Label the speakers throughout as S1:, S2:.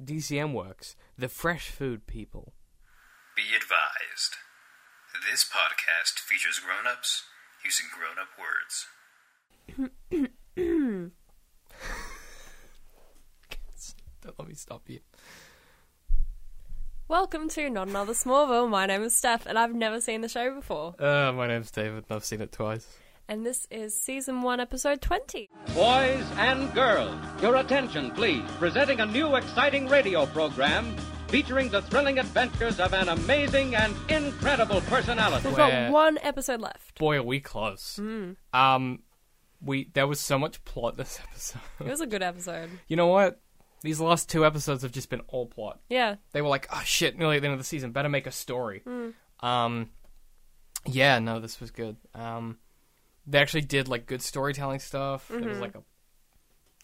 S1: DCM works, the fresh food people.
S2: Be advised. This podcast features grown ups using grown up words.
S1: Don't let me stop you.
S3: Welcome to Not Another Smallville. My name is Steph, and I've never seen the show before.
S1: Uh, my name's David, and I've seen it twice.
S3: And this is season one, episode 20.
S4: Boys and girls, your attention, please. Presenting a new exciting radio program featuring the thrilling adventures of an amazing and incredible personality.
S3: We've
S1: Where-
S3: got one episode left.
S1: Boy, are we close. Um, we there was so much plot this episode.
S3: It was a good episode.
S1: you know what? These last two episodes have just been all plot.
S3: Yeah.
S1: They were like, oh shit, nearly at the end of the season. Better make a story. Um, yeah, no, this was good. Um, they actually did like good storytelling stuff. There was like a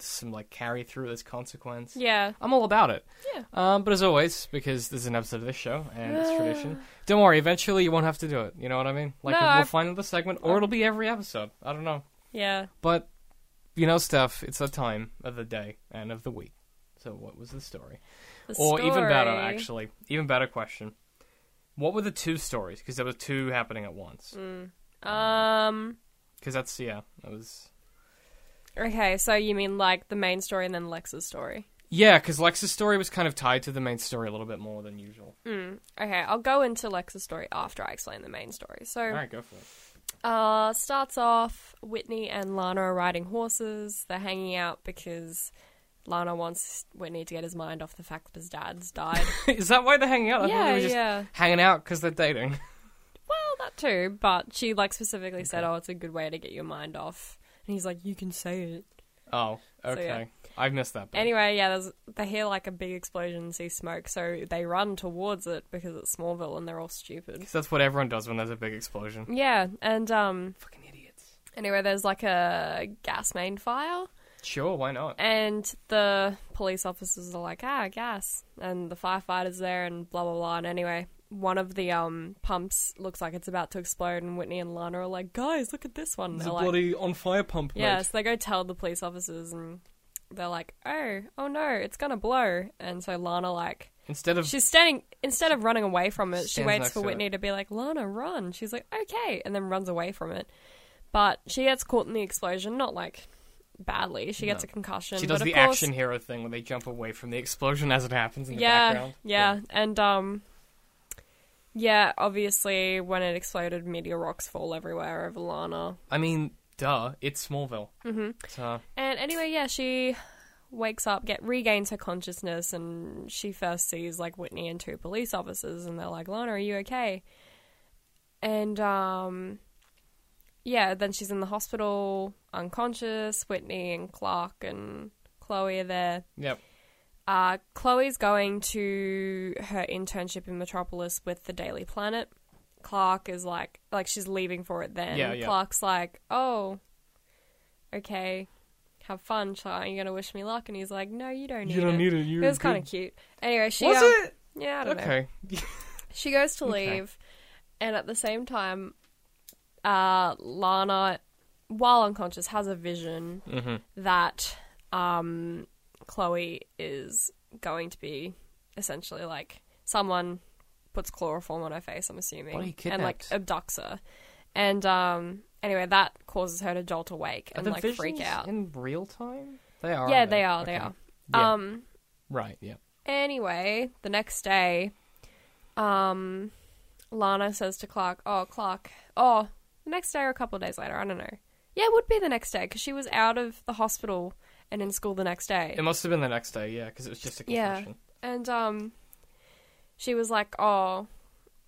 S1: some like carry through as consequence.
S3: Yeah.
S1: I'm all about it.
S3: Yeah.
S1: Um, but as always, because this is an episode of this show and it's tradition, don't worry. Eventually, you won't have to do it. You know what I mean? Like
S3: No,
S1: we'll
S3: I-
S1: find another segment, or it'll be every episode. I don't know.
S3: Yeah.
S1: But you know, Steph, it's that time of the day and of the week. So, what was the story?
S3: The
S1: or even better,
S3: story.
S1: actually, even better question: What were the two stories? Because there were two happening at once.
S3: Mm. Um.
S1: Because that's yeah, that was
S3: Okay, so you mean like the main story and then Lex's story?
S1: yeah. Because Lex's story was kind of tied to the main story a little bit more than usual.
S3: Okay, I'll go into Lex's story after I explain the main story. So,
S1: All right, go for it.
S3: Uh, starts off Whitney and Lana are riding horses. They're hanging out because Lana wants Whitney to get his mind off the fact that his dad's died.
S1: Is that why they're hanging out? I thought
S3: Yeah,
S1: they were just
S3: yeah.
S1: hanging out because they're dating.
S3: well, that too, but she like specifically said, "Oh, it's a good way to get your mind off." And he's like, "You can say it."
S1: Oh,
S3: yeah.
S1: okay. I missed that. Bit.
S3: Anyway, yeah, there's, they hear like a big explosion and see smoke, so they run towards it because it's Smallville and they're all stupid.
S1: 'Cause that's what everyone does when there's a big explosion.
S3: Yeah, and um,
S1: Fucking idiots.
S3: anyway, there's like a gas main fire.
S1: Sure, why not?
S3: And the police officers are like, ah, gas. And the firefighter's there and blah, blah, blah. And anyway, one of the um, pumps looks like it's about to explode, and Whitney and Lana are like, guys, look at this one.
S1: There's
S3: They're
S1: a
S3: like,
S1: bloody on fire pump. mate.
S3: yeah, so they go tell the police officers, and they're like, oh, oh no, it's gonna blow. And so Lana, like,
S1: Instead of
S3: she's standing, instead of running away from it, she
S1: Stands
S3: waits
S1: next
S3: for
S1: to it.
S3: Whitney to be like, Lana, run. She's like, okay, and then runs away from it. But she gets caught in the explosion, not like badly. She gets a concussion.
S1: she does
S3: but
S1: the
S3: of course,
S1: action hero thing where they jump away from the explosion as it happens in the
S3: yeah,
S1: background.
S3: yeah, and um, yeah. Obviously, when it exploded, meteor rocks fall everywhere over Lana.
S1: I mean, duh, it's Smallville. Mm-hmm. So
S3: And anyway, yeah, she wakes up, get regains her consciousness, and she first sees like Whitney and two police officers, and they're like, "Lana, are you okay?" And um, yeah, then she's in the hospital, unconscious. Whitney and Clark and Chloe are there.
S1: yep.
S3: Uh, Chloe's going to her internship in Metropolis with the Daily Planet. Clark is like, like she's leaving for it then.
S1: Yeah, yeah.
S3: Clark's like, oh, okay, have fun. She's like, Aren't you going to wish me luck? And he's like, no, you don't need
S1: don't
S3: it.
S1: need it, you're
S3: it was
S1: good.
S3: kind of cute. Anyway, she
S1: Was
S3: um,
S1: it?
S3: Yeah, I don't know.
S1: Okay.
S3: She goes to
S1: Okay.
S3: leave, and at the same time, uh, Lana, while unconscious, has a vision
S1: Mm-hmm.
S3: that um, Chloe is going to be essentially like someone puts chloroform on her face. I'm assuming,
S1: Bloody
S3: and like
S1: kidnapped.
S3: abducts her, and um, anyway, that causes her to jolt awake
S1: Are
S3: and
S1: the
S3: like freak
S1: visions
S3: out.
S1: in real time. They are.
S3: yeah,
S1: aren't
S3: they are. They
S1: Okay.
S3: are.
S1: Yeah.
S3: Um.
S1: Right. Yeah.
S3: Anyway, the next day, um, Lana says to Clark, "Oh, Clark, oh, the next day or a couple of days later, I don't know. Yeah, it would be the next day because she was out of the hospital and in school the next day.
S1: It must have been the next day. Yeah, because it was just a
S3: yeah,
S1: confession.
S3: and um, she was like, "Oh,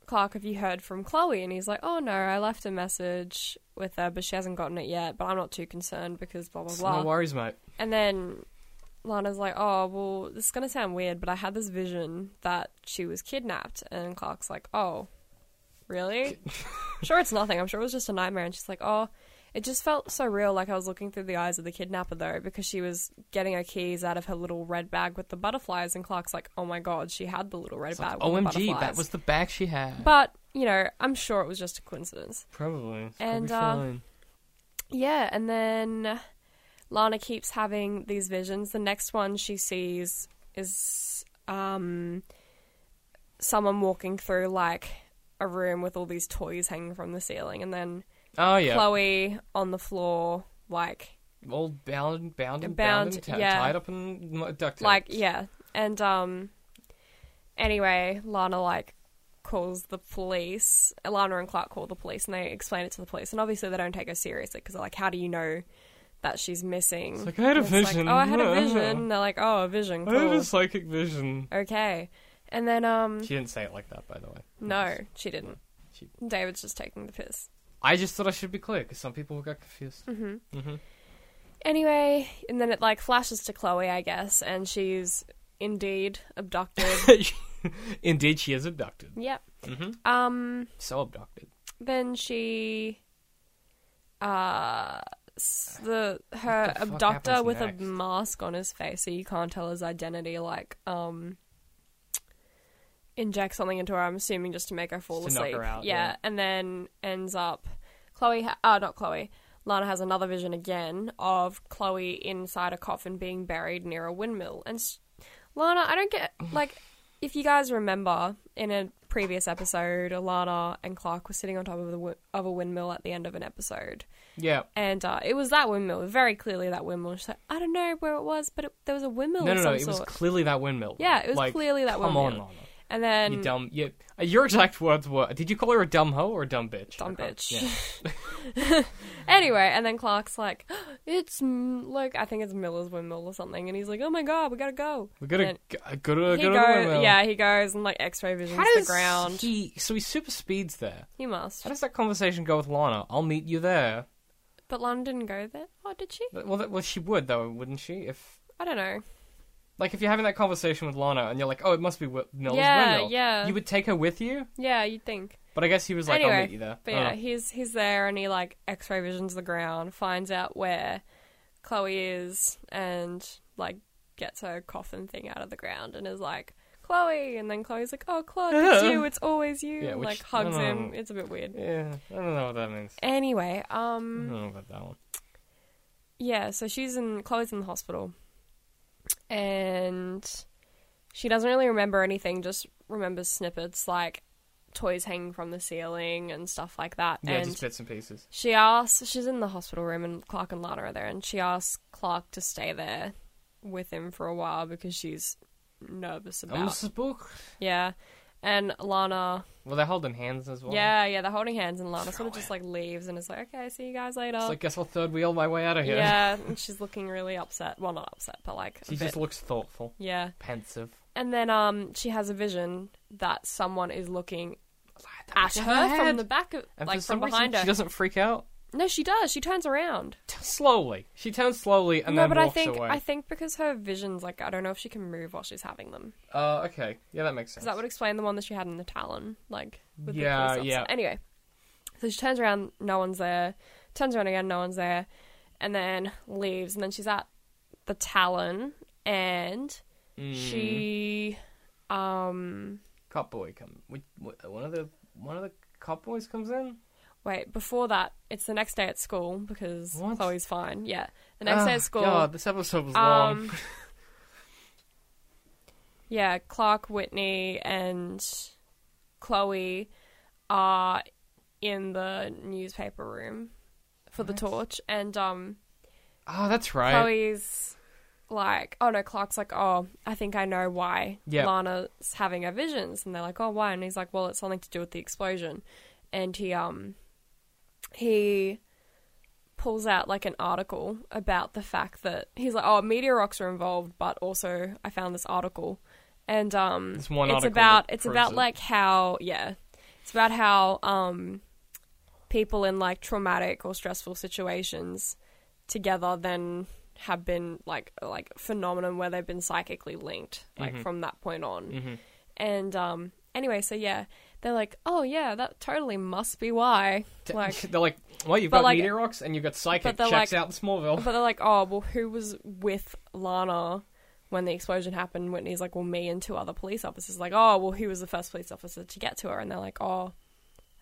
S3: Clark, have you heard from Chloe?" And he's like, "Oh no, I left a message with her, but she hasn't gotten it yet. But I'm not too concerned because blah blah
S1: So
S3: blah."
S1: No worries, mate.
S3: And then Lana's like, oh, well, this is going to sound weird, but I had this vision that she was kidnapped. And Clark's like, oh, really? sure, it's nothing. I'm sure it was just a nightmare. And she's like, oh, it just felt so real. Like I was looking through the eyes of the kidnapper, though, because she was getting her keys out of her little red bag with the butterflies. And Clark's like, oh my god, she had the little red bag with the
S1: Omg,
S3: butterflies.
S1: that was the bag she had.
S3: But, you know, I'm sure it was just a coincidence.
S1: Probably. It's
S3: And,
S1: probably
S3: uh,
S1: fine.
S3: Yeah, and then Lana keeps having these visions. The next one she sees is um, someone walking through like a room with all these toys hanging from the ceiling, and then
S1: Oh yeah,
S3: Chloe on the floor, like
S1: all bound, bound, and bound,
S3: Bound,
S1: and t-
S3: yeah.
S1: tied up in mu- duct tape.
S3: like yeah. And um, anyway, Lana like calls the police. Lana and Clark call the police, and they explain it to the police. And obviously, they don't take her seriously because they're like, "How do you know?" That she's missing.
S1: like, "I had a
S3: And
S1: vision."
S3: oh, I had a
S1: Yeah.
S3: vision. And they're like, oh, a vision.
S1: I have
S3: cool."
S1: a psychic vision.
S3: Okay. And then um
S1: She didn't say it like that, by the way.
S3: no, she didn't.
S1: She-
S3: David's just taking the piss.
S1: I just thought I should be clear because some people got confused.
S3: Anyway, and then it like flashes to Chloe, I guess, and she's indeed abducted.
S1: Indeed, she is abducted.
S3: yep. Um
S1: So abducted.
S3: then she uh s- the her
S1: What the fuck
S3: abductor
S1: happens
S3: with
S1: next?
S3: a mask on his face so you can't tell his identity like um inject something into her i'm assuming just to make her fall
S1: Just to knock
S3: asleep
S1: her out, yeah.
S3: and then ends up chloe ha- uh not chloe lana has another vision again of chloe inside a coffin being buried near a windmill and s lana i don't get like if you guys remember in a previous episode lana and clark were sitting on top of, the wi- of a windmill at the end of an episode
S1: Yeah.
S3: and uh, it was that windmill, very clearly that windmill. She's like, I don't know where it was, but it, there was a windmill
S1: No,
S3: of
S1: no, no.
S3: some
S1: It was
S3: sort.
S1: clearly that windmill.
S3: Yeah, it was clearly that
S1: come
S3: windmill.
S1: on, Lana.
S3: and then
S1: You dumb. You, uh, your exact words were. Did you call her a dumb hoe or a dumb bitch?
S3: Dumb
S1: I can't-
S3: bitch.
S1: Yeah.
S3: anyway, and then Clark's like, it's m- like I think it's Miller's windmill or something, and he's like, oh my god, we gotta go.
S1: We
S3: And
S1: gotta g- uh, go to, go
S3: he
S1: to the
S3: goes,
S1: windmill.
S3: yeah, he goes and like X-ray visions
S1: How
S3: the
S1: does
S3: ground. He,
S1: he? So he super speeds there.
S3: must,
S1: How does that conversation go with Lana? I'll meet you there.
S3: but Lana didn't go there. Oh, did she?
S1: Well, that, well, she would though, wouldn't she? If
S3: I don't know.
S1: like if you're having that conversation with Lana and you're like, oh, it must be Wi- Miller's
S3: Yeah,
S1: windmill.
S3: yeah.
S1: You would take her with you,
S3: Yeah, you'd think.
S1: but I guess he was like,
S3: anyway,
S1: I'll meet you there. Oh.
S3: But
S1: I don't
S3: yeah,
S1: know.
S3: he's he's there and he like X-ray visions the ground, finds out where Chloe is, and like gets her coffin thing out of the ground and is like. Chloe, and then Chloe's like, "Oh, Claude, it's
S1: Yeah.
S3: you. It's always you."
S1: Yeah,
S3: and,
S1: which- Oh.
S3: like hugs
S1: I don't
S3: him.
S1: know.
S3: It's a bit weird.
S1: yeah, I don't know what that means.
S3: Anyway,
S1: I
S3: um,
S1: don't know about that one.
S3: yeah, so she's in Chloe's in the hospital, and she doesn't really remember anything. Just remembers snippets like toys hanging from the ceiling and stuff like that.
S1: Yeah,
S3: and
S1: just bits and pieces.
S3: She asks, she's in the hospital room, and Clark and Lana are there, and she asks Clark to stay there with him for a while because she's nervous
S1: I'm
S3: about.
S1: spook.
S3: Yeah, and Lana,
S1: Well, they're holding hands as well.
S3: yeah, yeah, they're holding hands, and Lana
S1: Throw
S3: sort of just like leaves and is like, "Okay, see you guys later."
S1: It's like, guess I'll third wheel my way out of here.
S3: yeah, and she's looking really upset. Well, not upset, but like a
S1: She
S3: bit.
S1: just looks thoughtful,
S3: yeah,
S1: pensive.
S3: and then um, she has a vision that someone is looking at her from the back of,
S1: and
S3: like
S1: for some
S3: from
S1: reason,
S3: behind her.
S1: she doesn't freak out.
S3: No, she does. She turns around.
S1: T- slowly, she turns slowly and
S3: no,
S1: then
S3: but I
S1: walks
S3: think
S1: away.
S3: I think because her visions, like I don't know if she can move while she's having them,
S1: uh, okay, yeah, that makes sense.
S3: because that would explain the one that she had in the Talon, like with
S1: Yeah,
S3: the police officer.
S1: yeah.
S3: Anyway, so she turns around, no one's there. Turns around again, no one's there, and then leaves. And then she's at the Talon, and
S1: Mm.
S3: she, um,
S1: cop boy come. Which, wh- one of the one of the cop boys comes in.
S3: wait. Before that, it's the next day at school because
S1: What?
S3: Chloe's fine. Yeah, the next day
S1: Ah,
S3: at school.
S1: God, this episode was long.
S3: Um, yeah, Clark, Whitney, and Chloe are in the newspaper room for the torch, and um,
S1: Oh, that's right.
S3: Chloe's like, oh no, Clark's like, oh, I think I know why
S1: Yeah.
S3: Lana's having her visions, and they're like, oh, why? And he's like, well, it's something to do with the explosion, and he um, he pulls out like an article about the fact that he's like, oh, meteor rocks are involved, but also I found this article, and um,
S1: This one
S3: it's
S1: article
S3: about
S1: that
S3: it's
S1: proves
S3: about
S1: it.
S3: like how yeah, it's about how um, people in like traumatic or stressful situations together then have been like like phenomenon where they've been psychically linked like from that point on and um anyway so yeah they're like oh yeah that totally must be why
S1: T-
S3: like
S1: they're like, well, you've
S3: but
S1: got
S3: like-
S1: meteor rocks and you've got psychic
S3: but they're
S1: checks
S3: like-
S1: out in Smallville.
S3: but they're like oh well who was with lana when the explosion happened whitney's like well me and two other police officers like oh well who was the first police officer to get to her and they're like oh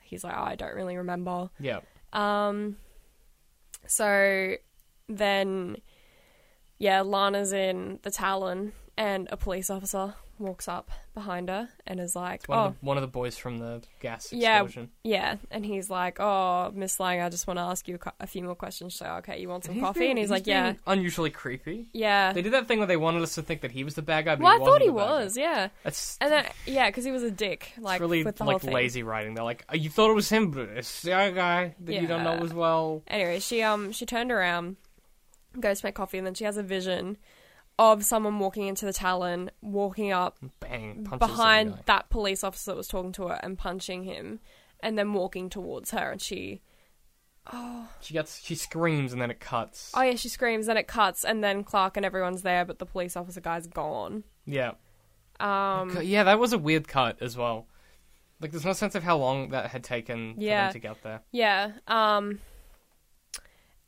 S3: he's like oh, i don't really remember
S1: yeah,
S3: Um, so then, yeah, Lana's in the Talon, and a police officer walks up behind her and is like,
S1: One,
S3: "Oh,
S1: of the, one of the boys from the gas
S3: yeah,
S1: explosion.
S3: yeah," and he's like, "Oh, Miss Lang, I just want to ask you a cou- a few more questions." She's like, "Okay, you want some coffee?"
S1: being-
S3: and he's like, "Yeah,
S1: being unusually creepy.
S3: yeah."
S1: They did that thing where they wanted us to think that he was the bad guy. But
S3: Well, I
S1: he
S3: thought
S1: wasn't
S3: he
S1: the bad guy.
S3: was, yeah,
S1: That's
S3: and then yeah, because he was a dick, like
S1: it's really
S3: with the whole
S1: like
S3: thing.
S1: lazy writing. They're like, "Oh, you thought it was him, but it's the other guy that you don't know
S3: Yeah.
S1: as well.
S3: Anyway, she um she turned around, goes to make coffee, and then she has a vision of someone walking into the Talon, walking up
S1: Bang, punches
S3: behind
S1: that.
S3: that police officer that was talking to her and punching him, and then walking towards her, and she
S1: guy. She gets, she screams, and then it cuts.
S3: oh yeah, she screams, then it cuts, and then Clark and everyone's there, but the police officer guy's gone.
S1: yeah,
S3: Um,
S1: Cu- yeah, that was a weird cut as well. Like, there's no sense of how long that had taken for
S3: Yeah.
S1: them to get there.
S3: yeah, um.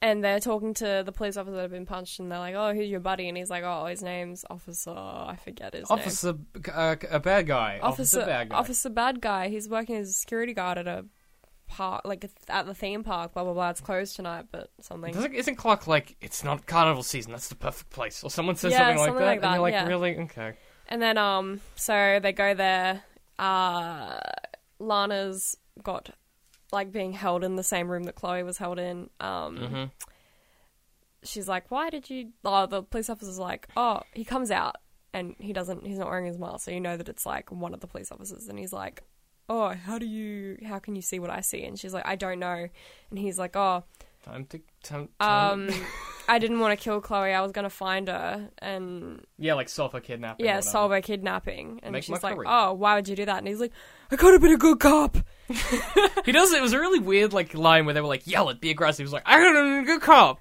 S3: And they're talking to the police officer that had been punched, and they're like, "Oh, who's your buddy?" And he's like, "Oh, his name's Officer. I forget his name.
S1: Officer, uh, a bad guy. Officer, bad guy.
S3: Officer bad guy. He's working as a security guard at a park, like at the theme park. Blah blah blah. It's closed tonight, but something.
S1: Doesn't, isn't Clark like it's not carnival season? That's the perfect place. Or someone says
S3: Yeah,
S1: something, like,
S3: something
S1: that,
S3: like
S1: and
S3: that,
S1: you're like,
S3: yeah.
S1: really? Okay.
S3: And then um, so they go there. Uh, Lana's got like being held in the same room that Chloe was held in. Um, she's like, "Why did you?" Oh, the police officer's like, "Oh, he comes out and he doesn't. He's not wearing his mask, so you know that it's like one of the police officers." And he's like, "Oh, how do you? How can you see what I see?" And she's like, "I don't know." And he's like, "Oh."
S1: Time to time. time
S3: Um, I didn't want to kill Chloe. I was gonna find her, and
S1: yeah, like sulfur kidnapping. or
S3: yeah,
S1: whatever.
S3: solve her kidnapping. And
S1: Make my
S3: she's like,
S1: career.
S3: oh, why would you do that? And he's like, I could have been a good cop.
S1: He does. It was a really weird like line where they were like, "Yell it, be aggressive." He was like, "I don't know, good cop."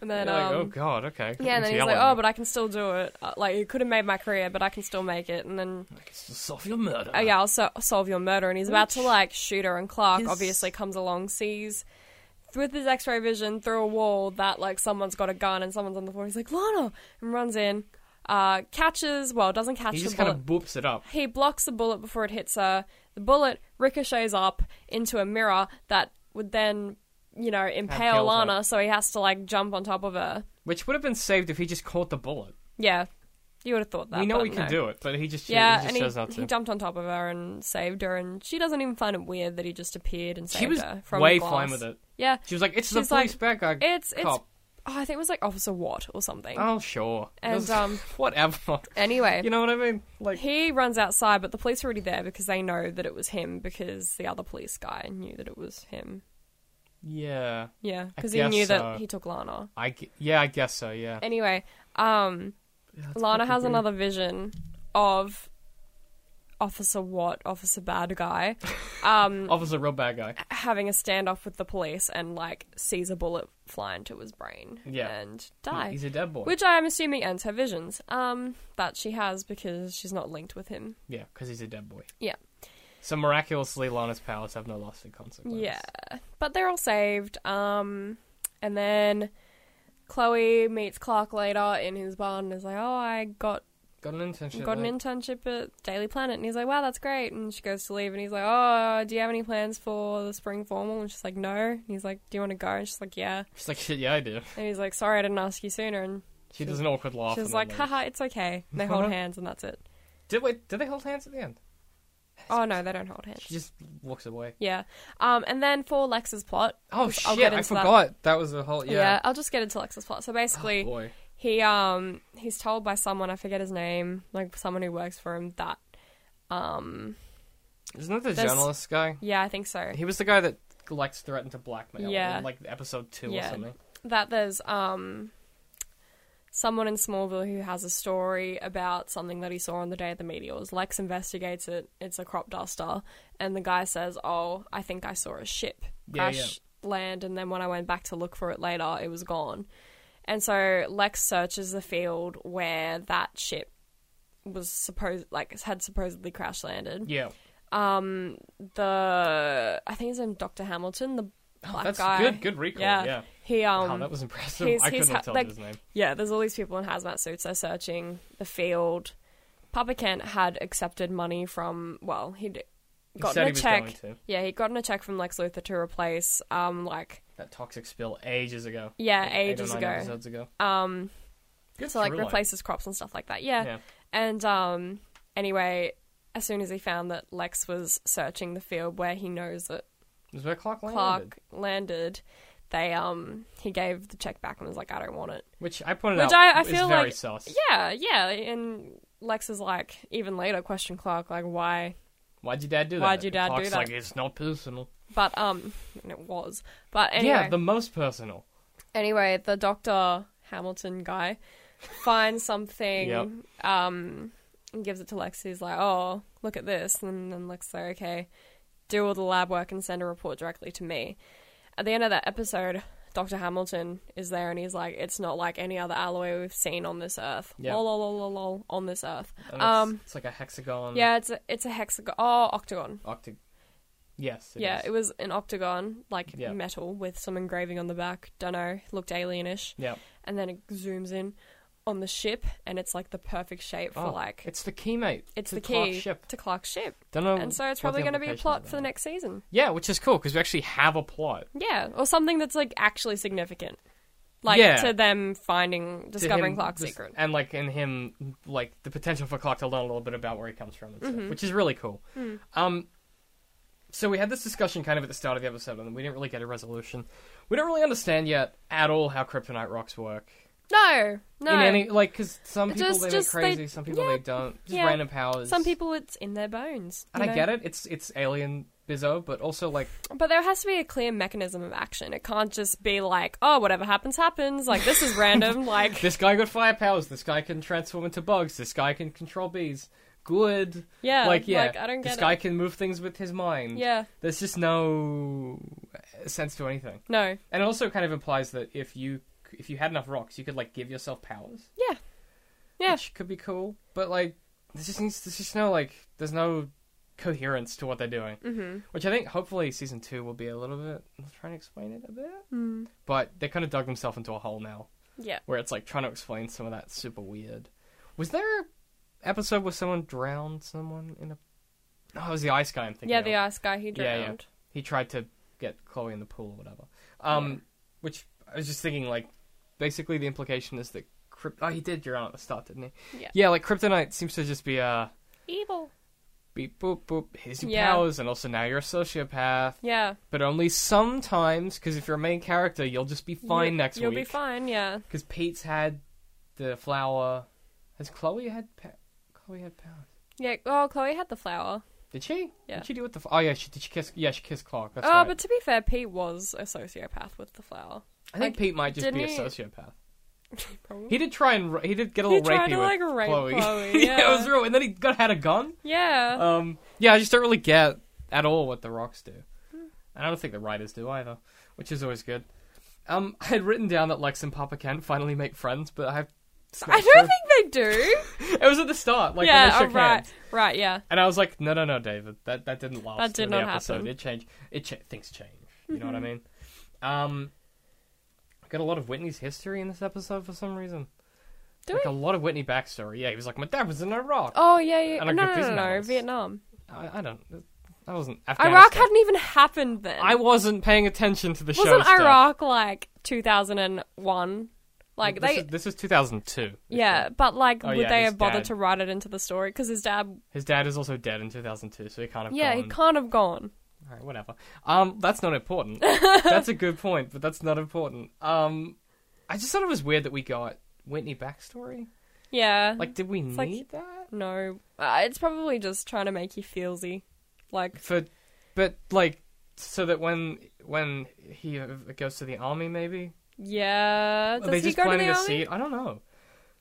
S3: And then,
S1: You're
S3: um,
S1: like, oh god, okay.
S3: yeah, and then he's like, oh, but I can still do it. Uh, Like, it could have made my career, but I can still make it. And then,
S1: solve your murder.
S3: oh, yeah, I'll so- solve your murder. And he's about to, like, shoot her. And Clark
S1: His-
S3: obviously comes along, sees with his x ray vision through a wall that, like, someone's got a gun and someone's on the floor. He's like, Lana! And runs in, uh, catches, well, doesn't catch
S1: He
S3: the
S1: just
S3: bullet.
S1: kind of boops it up.
S3: He blocks the bullet before it hits her. The bullet ricochets up into a mirror that would then, you know, impale
S1: kills
S3: Lana,
S1: her.
S3: so he has to, like, jump on top of her.
S1: Which would have been saved if he just caught the bullet.
S3: Yeah. You would have thought that.
S1: we know
S3: but
S1: we can
S3: no.
S1: do it, but he just he
S3: Yeah,
S1: just
S3: and
S1: chose
S3: he,
S1: not to.
S3: he jumped on top of her and saved her, and she doesn't even find it weird that he just appeared and
S1: She
S3: saved
S1: was
S3: her from
S1: way
S3: the glass.
S1: fine with it.
S3: Yeah.
S1: she was like, "It's the
S3: She's like,
S1: police bad guy."
S3: It's, it's,
S1: cop.
S3: oh, I think it was, like, Officer Watt or something.
S1: Oh sure,
S3: And,
S1: This-
S3: um,
S1: whatever.
S3: Anyway.
S1: You know what I mean? Like
S3: He runs outside, but the police are already there because they know that it was him because the other police guy knew that it was him.
S1: yeah,
S3: Yeah,
S1: I
S3: because he
S1: guess uh,
S3: knew
S1: so.
S3: that he took Lana.
S1: I gu- yeah I guess so. Yeah,
S3: Anyway, um, Lana has another vision of Officer Watt, Officer Bad Guy, um,
S1: officer real bad guy.
S3: having a standoff with the police and like sees a bullet fly into his brain
S1: Yeah.
S3: and die.
S1: He's a dead boy.
S3: Which I am assuming ends her visions um, that she has because she's not linked with him.
S1: Yeah, because he's a dead boy.
S3: Yeah.
S1: So miraculously, Lana's powers have no lasting consequence.
S3: Yeah, but they're all saved. Um, and then Chloe meets Clark later in his barn and is like, "Oh, I got
S1: got an internship.
S3: got
S1: like-
S3: an internship at Daily Planet," and he's like, "Wow, that's great." And she goes to leave, and he's like, "Oh, do you have any plans for the spring formal?" And she's like, "No." And he's like, "Do you want to go?" And she's like, "Yeah."
S1: She's like, shit, yeah, I do.
S3: And he's like, "Sorry, I didn't ask you sooner." And
S1: She does an awkward laugh.
S3: she's
S1: and then
S3: like,
S1: leaves.
S3: "Haha, it's okay." And they hold hands, and that's it.
S1: Did wait? Did they hold hands at the end?
S3: Oh no, they don't hold hands.
S1: She just walks away.
S3: Yeah. Um, and then for Lex's plot.
S1: Oh
S3: which I'll
S1: shit!
S3: get
S1: I
S3: into that.
S1: forgot that. was a whole yeah.
S3: Yeah. I'll just get into Lex's plot. So basically,
S1: Boy,
S3: he um he's told by someone I forget his name, like someone who works for him that um
S1: isn't that the
S3: There's-
S1: journalist guy?
S3: yeah, I think so.
S1: He was the guy that Lex threatened to blackmail.
S3: Yeah.
S1: In, like episode two or
S3: Yeah.
S1: something.
S3: That there's um someone in Smallville who has a story about something that he saw on the day of the meteors. Lex investigates it. It's a crop duster and the guy says, "Oh, I think I saw a ship
S1: Yeah,
S3: crash
S1: yeah.
S3: land and then when I went back to look for it later, it was gone." And so Lex searches the field where that ship was supposed like had supposedly crash landed.
S1: Yeah.
S3: the I think his name Doctor Hamilton, the black
S1: Oh, that's
S3: guy.
S1: good- good recall, yeah.
S3: He um
S1: wow, that was impressive.
S3: he's-
S1: I
S3: he's
S1: couldn't
S3: ha-
S1: have told
S3: like-
S1: his name.
S3: yeah, there's all these people in hazmat suits. They're searching the field. Papa Kent had accepted money from well, he'd
S1: said
S3: gotten
S1: he
S3: a
S1: was
S3: check.
S1: going to.
S3: Yeah, he'd gotten a check from Lex Luthor to replace um like
S1: That toxic spill ages ago.
S3: Yeah,
S1: Like, eight or
S3: ages
S1: nine
S3: ago. Uh,
S1: Episodes ago. Um. Good
S3: so like
S1: through line.
S3: replaces crops and stuff like that. Yeah.
S1: Yeah.
S3: And um Anyway, as soon as he found that Lex was searching the field where he knows that
S1: Is where Clark landed.
S3: Clark landed, they um he gave the check back and was like, "I don't want it."
S1: Which I pointed out
S3: Which I- I
S1: is
S3: feel
S1: very
S3: like-
S1: sus.
S3: Yeah, yeah. And Lex is like, even later, question Clark like, "Why?"
S1: Why'd your dad do that?
S3: Why'd your dad do
S1: Clark's
S3: that?
S1: like, it's not personal.
S3: But um, and it was. But anyway,
S1: Yeah, the most personal.
S3: anyway, the Doctor Hamilton guy finds something.
S1: Yep.
S3: Um, and gives it to Lex. He's like, "Oh, look at this," and then Lex like, "Okay, do all the lab work and send a report directly to me." At the end of that episode, Doctor Hamilton is there and he's like, "It's not like any other alloy we've seen on this Earth.
S1: Yeah.
S3: Lol, lol, lol, lol, lol, on this Earth."
S1: And it's,
S3: Um,
S1: it's like a hexagon.
S3: yeah, it's a, it's a hexagon. Oh, octagon.
S1: Octa- yes.
S3: yeah,
S1: is.
S3: it was an octagon, like
S1: Yeah.
S3: metal with some engraving on the back. Don't know, looked alienish.
S1: Yeah.
S3: And then it zooms in on the ship, and it's like the perfect shape for
S1: Oh,
S3: like
S1: it's the key, mate.
S3: it's
S1: to
S3: the key
S1: Clark's ship.
S3: to Clark's ship.
S1: Don't know.
S3: And so it's
S1: what
S3: probably
S1: the
S3: going to be a
S1: implication of
S3: plot
S1: that
S3: for
S1: is.
S3: the next season.
S1: Yeah, which is cool because we actually have a plot.
S3: Yeah, or something that's like actually significant, like
S1: Yeah.
S3: to them finding
S1: to
S3: discovering
S1: him
S3: Clark's
S1: dis-
S3: secret.
S1: and like in him, like the potential for Clark to learn a little bit about where he comes from, and
S3: Mm-hmm.
S1: stuff, which is really cool.
S3: Mm.
S1: Um, so we had this discussion kind of at the start of the episode, and we didn't really get a resolution. We don't really understand yet at all how kryptonite rocks work.
S3: No, no.
S1: In any like, because some
S3: It
S1: people
S3: just-
S1: they
S3: just
S1: make crazy,
S3: they-
S1: some people
S3: yeah,
S1: they don't. Just
S3: yeah.
S1: random powers.
S3: Some people, it's in their bones.
S1: and I get it. It's it's alien bizzo, but also like
S3: But there has to be a clear mechanism of action. It can't just be like, oh, whatever happens, happens. Like, this is random. Like,
S1: this guy got fire powers. This guy can transform into bugs. This guy can control bees. Good.
S3: Yeah,
S1: Like yeah.
S3: like, I don't
S1: this
S3: get
S1: guy
S3: it.
S1: can move things with his mind.
S3: yeah,
S1: There's just no uh, sense to anything,
S3: no.
S1: and it also kind of implies that if you if you had enough rocks, you could like give yourself powers.
S3: Yeah. Yeah.
S1: which could be cool. But like, there's just needs there's just no like there's no coherence to what they're doing, mm-hmm. which I think hopefully season two will be a little bit I'm trying to explain it a bit,
S3: Hmm.
S1: but they kind of dug themselves into a hole now
S3: Yeah.
S1: where it's like trying to explain some of that super weird. Was there an episode where someone drowned someone in a? Oh, it was the ice guy. I'm thinking.
S3: Yeah,
S1: of.
S3: the ice guy, he
S1: Yeah, yeah.
S3: drowned.
S1: He tried to get Chloe in the pool or whatever. Um, which I was just thinking, like, basically the implication is that Kryp- oh, he did drown at the start, didn't he?
S3: Yeah.
S1: Yeah, like kryptonite seems to just be a
S3: Evil.
S1: beep boop boop. Here's your
S3: Yeah.
S1: powers, and also now you're a sociopath.
S3: Yeah.
S1: But only sometimes, because if you're a main character, you'll just be fine
S3: You-
S1: next
S3: You'll
S1: week.
S3: be fine, yeah.
S1: Because Pete's had the flower. Has Chloe had? Pa- Chloe had powers.
S3: Yeah, oh, Chloe had the flower.
S1: Did she?
S3: Yeah.
S1: Did she do with the? F- oh yeah, she did. She kiss. Yeah, she kissed Clark. That's
S3: oh,
S1: right.
S3: but to be fair, Pete was a sociopath with the flower.
S1: I think
S3: like,
S1: Pete might just be a
S3: didn't he-
S1: sociopath.
S3: Probably.
S1: He did try and ra- he did get a
S3: He
S1: little rapey
S3: tried to,
S1: with
S3: like, rape
S1: Chloe.
S3: Chloe,
S1: it was
S3: yeah.
S1: real, and then he got had a gun.
S3: yeah.
S1: Um, yeah, I just don't really get at all what the rocks do. And I don't think the writers do either, which is always good. Um, I had written down that Lex and Papa Kent finally make friends, but I it's not
S3: I
S1: true.
S3: don't think they do.
S1: it was at the start, like when
S3: yeah,
S1: they
S3: oh,
S1: shook
S3: right.
S1: hands.
S3: Right, yeah.
S1: And I was like, no, no, no, David, that that didn't last.
S3: That did
S1: in
S3: not
S1: the episode.
S3: happen. Mm-hmm.
S1: It changed. It cha- things change. You know what I mean? Um, I got a lot of Whitney's history in this episode for some reason.
S3: Do
S1: like
S3: we?
S1: a lot of Whitney backstory. Yeah, he was like, my dad was in Iraq.
S3: Oh, yeah, yeah.
S1: And I
S3: No, no,
S1: confused
S3: no, no,
S1: novels.
S3: Vietnam.
S1: I, I don't. I wasn't.
S3: Oh. Iraq
S1: Afghanistan.
S3: hadn't even happened then.
S1: I wasn't paying attention to the show.
S3: Wasn't
S1: stuff.
S3: Iraq like 2001? Like,
S1: this
S3: they.
S1: Is, this is 2002.
S3: Yeah, but like,
S1: Oh,
S3: would
S1: yeah,
S3: they
S1: his
S3: have bothered
S1: dad.
S3: to write it into the story? Because his dad,
S1: His dad is also dead in 2002, so he can't have.
S3: yeah,
S1: gone.
S3: he can't have gone.
S1: All right, whatever. Um, that's not important. that's a good point, but that's not important. Um, I just thought it was weird that we got Whitney backstory.
S3: Yeah,
S1: Like, did we
S3: like-
S1: need that?
S3: no, uh, it's probably just trying to make you feelsy. Like,
S1: For, but like, so that when when he uh, goes to the army, maybe
S3: yeah,
S1: are they
S3: does he
S1: just
S3: go to
S1: planting
S3: the
S1: the,
S3: army?
S1: seed? I don't know.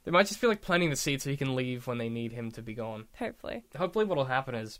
S1: They might just feel like planting the seed so he can leave when they need him to be gone.
S3: Hopefully,
S1: Hopefully, what'll happen is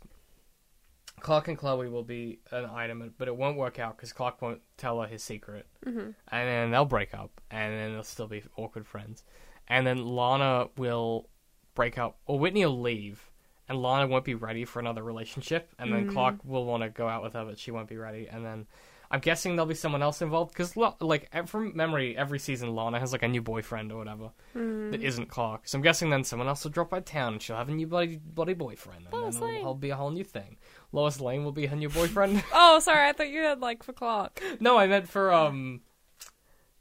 S1: Clark and Chloe will be an item, but it won't work out because Clark won't tell her his secret, mm-hmm. and then they'll break up, and then they'll still be awkward friends, and then Lana will break up, or Whitney will leave, and Lana won't be ready for another relationship, and then Clark will want to go out with her, but she won't be ready, and then. I'm guessing there'll be someone else involved because, like, ev- from memory, every season Lana has like a new boyfriend or whatever that isn't Clark. So I'm guessing then someone else will drop out of town and she'll have a new bloody, bloody boyfriend. And
S3: Lois
S1: then it'll,
S3: Lane.
S1: it'll be a whole new thing. Lois Lane will be her new boyfriend.
S3: oh, sorry, I thought you had like for Clark,
S1: no, I meant for um,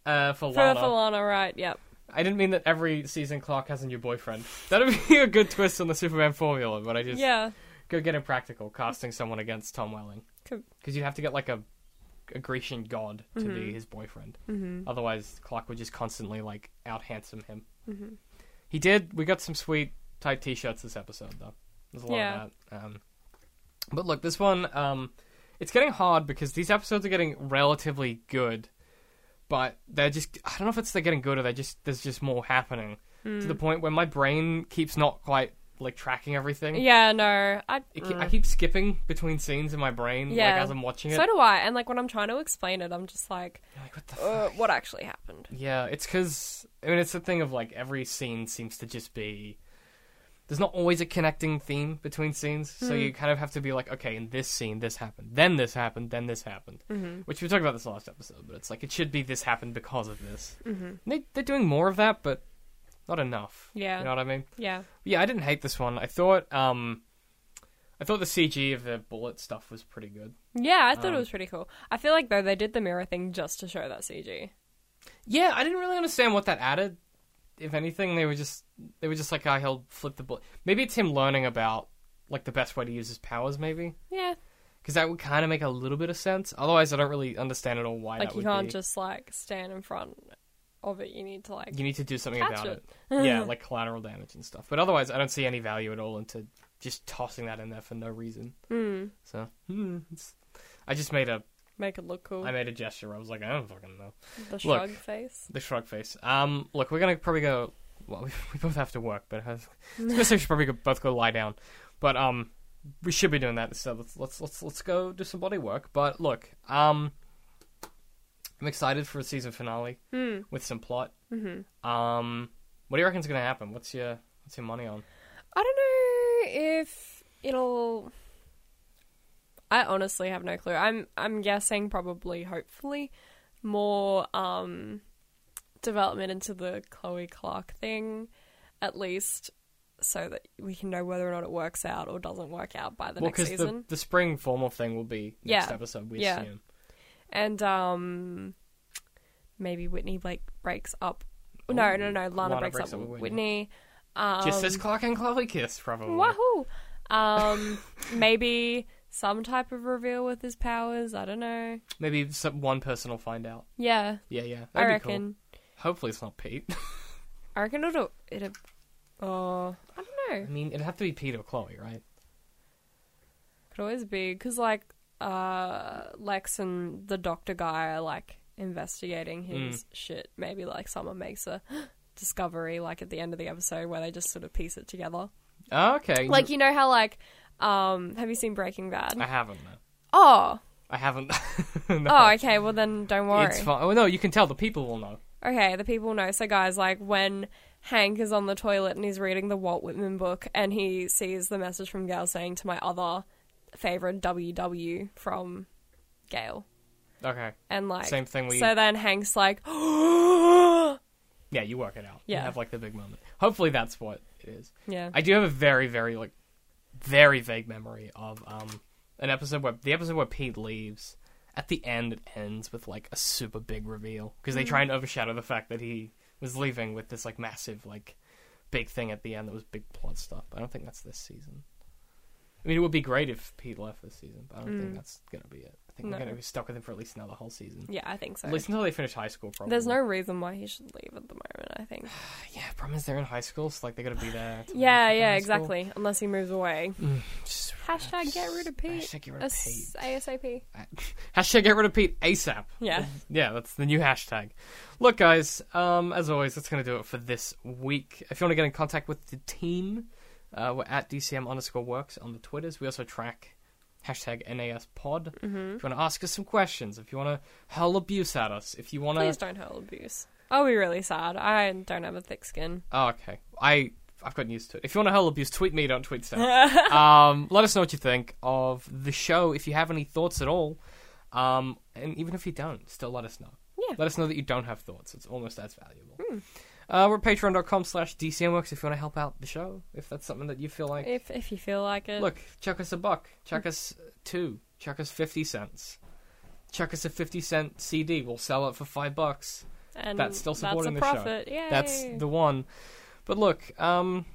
S1: uh, for
S3: for,
S1: Lana.
S3: for Lana, right? Yep.
S1: I didn't mean that every season Clark has a new boyfriend. That would be a good twist on the Superman formula, but I just
S3: yeah.
S1: go get impractical, casting someone against Tom Welling.
S3: Could-
S1: Because you'd have to get like a, a Grecian god to be his boyfriend. Mm-hmm. Otherwise, Clark would just constantly like out handsome him. Mm-hmm. He did. We got some sweet type T-shirts this episode, though. There's a lot
S3: Yeah.
S1: of that. Um, but look, this one, um, it's getting hard because these episodes are getting relatively good, but they're just I don't know if it's they're getting good or they are just there's just more happening to
S3: Mm.
S1: the point where my brain keeps not quite like tracking everything.
S3: Yeah, no. I,
S1: It, ke-
S3: mm.
S1: I keep skipping between scenes in my brain,
S3: Yeah.
S1: like as I'm watching it.
S3: so do I. And like when I'm trying to explain it, I'm just like,
S1: I'm like, what the
S3: uh,
S1: fuck?
S3: what actually happened?
S1: Yeah, it's because I mean it's the thing of like every scene seems to just be. There's not always a connecting theme between scenes, so you kind of have to be like, okay, in this scene this happened, then this happened, then this happened. Mm-hmm. Which we talked about this last episode, but it's like it should be this happened because of this. Mm-hmm. They they're doing more of that, but not enough.
S3: Yeah.
S1: you know what I mean.
S3: Yeah.
S1: Yeah, I didn't hate this one. I thought um, I thought the CG of the bullet stuff was pretty good.
S3: Yeah, I thought
S1: Um,
S3: it was pretty cool. I feel like though they did the mirror thing just to show that CG.
S1: Yeah, I didn't really understand what that added. If anything, they were just they were just like I held flip the bullet. Maybe it's him learning about like the best way to use his powers, maybe
S3: Yeah,
S1: because that would kind of make a little bit of sense. Otherwise, I don't really understand at all why.
S3: like
S1: that
S3: you
S1: would
S3: can't
S1: be.
S3: just like stand in front of it. You need to like
S1: you need to do something
S3: catch
S1: about
S3: it.
S1: it. yeah, like collateral damage and stuff. But otherwise, I don't see any value at all into just tossing that in there for no reason. So hmm, it's- I just made a
S3: make it look cool.
S1: I made a gesture. I was like, I don't fucking know.
S3: the shrug face.
S1: The shrug face. Um, look, we're gonna probably go. Well, we, we both have to work, but I we should probably go, both go lie down. But um, we should be doing that. So let's let's let's let's go do some body work. But look, um, I'm excited for a season finale
S3: Hmm.
S1: with some plot. Mm-hmm. Um, what do you reckon's gonna happen? What's your what's your money on?
S3: I don't know if it'll. I honestly have no clue. I'm I'm guessing probably, hopefully, more um, development into the Chloe Clark thing, at least, so that we can know whether or not it works out or doesn't work out by the
S1: well,
S3: next
S1: because the
S3: season.
S1: the spring formal thing will be next
S3: Yeah.
S1: episode. We
S3: Yeah.
S1: assume.
S3: And um, maybe Whitney Blake breaks up. no, no, no. Lana, breaks, up, with Whitney. Um, Mm.
S1: Just as Clark and Chloe kiss, probably.
S3: Wahoo! Um, maybe some type of reveal with his powers. I don't know.
S1: Maybe some, one person will find out.
S3: Yeah,
S1: Yeah, yeah. That'd
S3: I
S1: be
S3: reckon.
S1: Cool. Hopefully, it's not Pete.
S3: I reckon it'll. it'll oh, I don't
S1: I
S3: know.
S1: mean, it'd have to be Pete or Chloe, right?
S3: Could always be because like uh, Lex and the Doctor guy are like investigating his shit. Maybe like someone makes a discovery like at the end of the episode where they just sort of piece it together.
S1: Oh, okay.
S3: Like you know how like um, have you seen Breaking Bad?
S1: I haven't. No.
S3: Oh,
S1: I haven't. no.
S3: oh, okay. Well then, don't worry.
S1: it's fine. Oh no, you can tell the people will know.
S3: Okay, the people know. So, guys, like when Hank is on the toilet and he's reading the Walt Whitman book and he sees the message from Gail saying to my other favorite WW from Gail.
S1: Okay.
S3: And like,
S1: Same thing we-
S3: So then Hank's like,
S1: Yeah, you work it out. You
S3: Yeah.
S1: have like the big moment. Hopefully, that's what it is.
S3: yeah,
S1: I do have a very, very like, very vague memory of um an episode where the episode where Pete leaves. At the end, it ends with like a super big reveal because
S3: Mm.
S1: they try and overshadow the fact that he was leaving with this like massive like big thing at the end that was big plot stuff. I don't think that's this season. I mean, it would be great if Pete left this season, but I don't think that's gonna be it. I think
S3: Mm. No.
S1: we're gonna be stuck with him for at least another whole season.
S3: yeah, I think so.
S1: At least until they finish high school, probably.
S3: There's no reason why he should leave at the moment. I think.
S1: Yeah, problem is they're in high school, so like they gotta be there. till
S3: Yeah,
S1: they're in
S3: yeah,
S1: high school.
S3: exactly. Unless he moves away.
S1: Just-
S3: Hashtag get rid of Pete.
S1: Hashtag get rid of Pete.
S3: ASAP.
S1: Hashtag get rid of Pete ASAP.
S3: Yeah.
S1: Yeah, that's the new hashtag. Look, guys, um, as always, that's going to do it for this week. If you want to get in contact with the team, uh, we're at DCM underscore works on the Twitters. We also track hashtag NAS pod.
S3: Mm-hmm.
S1: If you want to ask us some questions, if you want to hurl abuse at us, if you want
S3: Please
S1: to.
S3: don't hurl abuse. I'll be really sad. I don't have a thick skin.
S1: Oh, okay. I. I've gotten used to it. If you want to hurl abuse, tweet me, don't tweet Steph. um, let us know what you think of the show. If you have any thoughts at all, um, and even if you don't, still let us know.
S3: Yeah. Hmm.
S1: Let us know that you don't have thoughts. It's almost as valuable. Uh, we're at patreon.com slash DCMworks if you want to help out the show, if that's something that you feel like.
S3: If if you feel like it. Hmm.
S1: Look, chuck us a buck. Chuck us two. Chuck us 50 cents. Chuck us a 50 cent CD. We'll sell it for five bucks.
S3: And
S1: That's still supporting
S3: that's a
S1: the show.
S3: profit. Yay.
S1: That's the one. But look, um,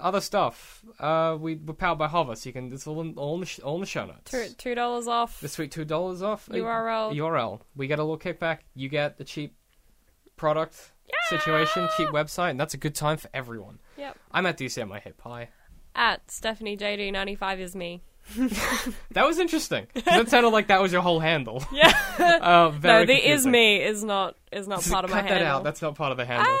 S1: other stuff. Uh, we we're powered by Hover, so you can. It's all in, all in the, sh- all in the show notes.
S3: two two dollars off.
S1: This week, two dollars off. uh,
S3: URL.
S1: URL. We get a little kickback. You get the cheap product situation, cheap website, and that's a good time for everyone.
S3: Yep.
S1: I'm at DCM. I hate pie.
S3: At Stephanie JD ninety five is me.
S1: That was interesting. 'cause That sounded like that was your whole handle.
S3: Yeah.
S1: Uh,
S3: no,
S1: very
S3: the is
S1: confusing.
S3: me is not is not part of my
S1: Cut that
S3: handle. Ah!
S1: out. That's not part of the handle.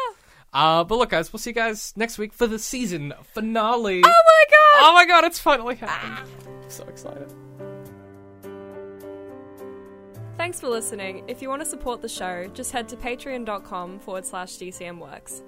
S1: Uh, but look, guys, we'll see you guys next week for the season finale.
S3: oh my god. Ah!
S1: Oh my god, it's finally happened. I'm so excited.
S3: Thanks for listening. If you want to support the show, just head to patreon.com forward slash DCMworks.